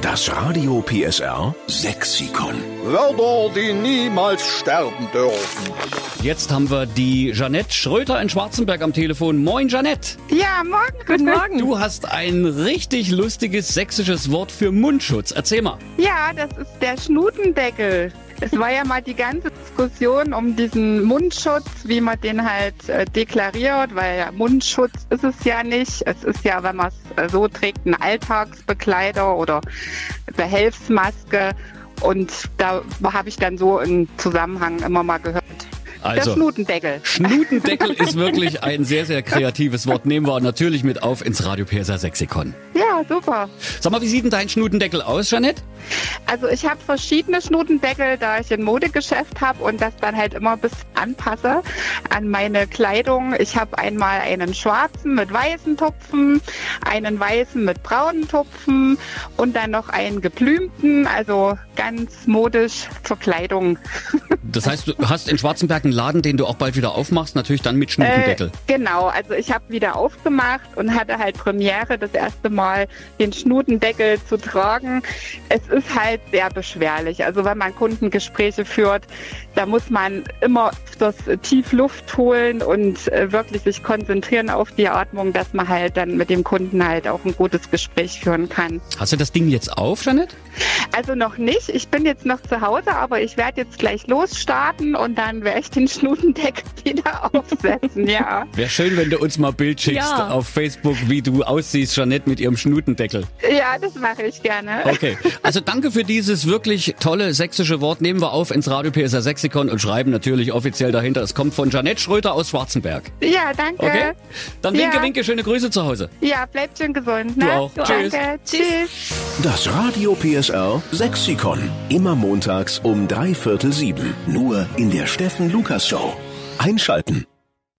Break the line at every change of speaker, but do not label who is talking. Das Radio PSR Sexikon.
Wörter, die niemals sterben dürfen.
Jetzt haben wir die Jeanette Schröter in Schwarzenberg am Telefon. Moin, Jeanette.
Ja, morgen. Guten Morgen.
Du hast ein richtig lustiges sächsisches Wort für Mundschutz. Erzähl mal.
Ja, das ist der Schnutendeckel. Es war ja mal die ganze Diskussion um diesen Mundschutz, wie man den halt äh, deklariert, weil ja, Mundschutz ist es ja nicht. Es ist ja, wenn man es äh, so trägt, ein Alltagsbekleider oder Behelfsmaske. Und da habe ich dann so im Zusammenhang immer mal gehört.
Also-
der Schnutendeckel.
Schnutendeckel ist wirklich ein sehr, sehr kreatives Wort. Nehmen wir natürlich mit auf ins Radio PSR Sexikon.
Ja, super.
Sag mal, wie sieht denn dein Schnutendeckel aus, Jeanette?
Also ich habe verschiedene Schnutendeckel, da ich ein Modegeschäft habe und das dann halt immer ein bisschen anpasse an meine Kleidung. Ich habe einmal einen schwarzen mit weißen Tupfen, einen weißen mit braunen Tupfen und dann noch einen geblümten, also ganz modisch zur Kleidung.
Das heißt, du hast in Schwarzenberg einen Laden, den du auch bald wieder aufmachst, natürlich dann mit Schnutendeckel.
Äh, genau, also ich habe wieder aufgemacht und hatte halt Premiere, das erste Mal den Schnutendeckel zu tragen. Es ist halt sehr beschwerlich. Also wenn man Kundengespräche führt, da muss man immer das tief Luft holen und äh, wirklich sich konzentrieren auf die Atmung, dass man halt dann mit dem Kunden halt auch ein gutes Gespräch führen kann.
Hast du das Ding jetzt auf, Jeanette?
Also noch nicht. Ich bin jetzt noch zu Hause, aber ich werde jetzt gleich losstarten und dann werde ich den Schnutendeckel wieder aufsetzen. Ja.
Wäre schön, wenn du uns mal Bild schickst
Ja.
auf Facebook, wie du aussiehst, Jeanette, mit ihrem Schnutendeckel.
Ja, das mache ich gerne.
Okay, also danke für dieses wirklich tolle sächsische Wort. Nehmen wir auf ins Radio PSR Sexikon und schreiben natürlich offiziell dahinter. Es kommt von Janette Schröter aus Schwarzenberg.
Ja, danke.
Okay? Dann
Ja.
winke, winke, schöne Grüße zu Hause.
Ja, bleibt schön gesund. Ne?
Du auch. Tschüss.
Danke.
Tschüss.
Tschüss.
Das Radio PSR Sexikon. Immer montags um drei Viertel sieben. Nur in der Steffen Lukas Show. Einschalten.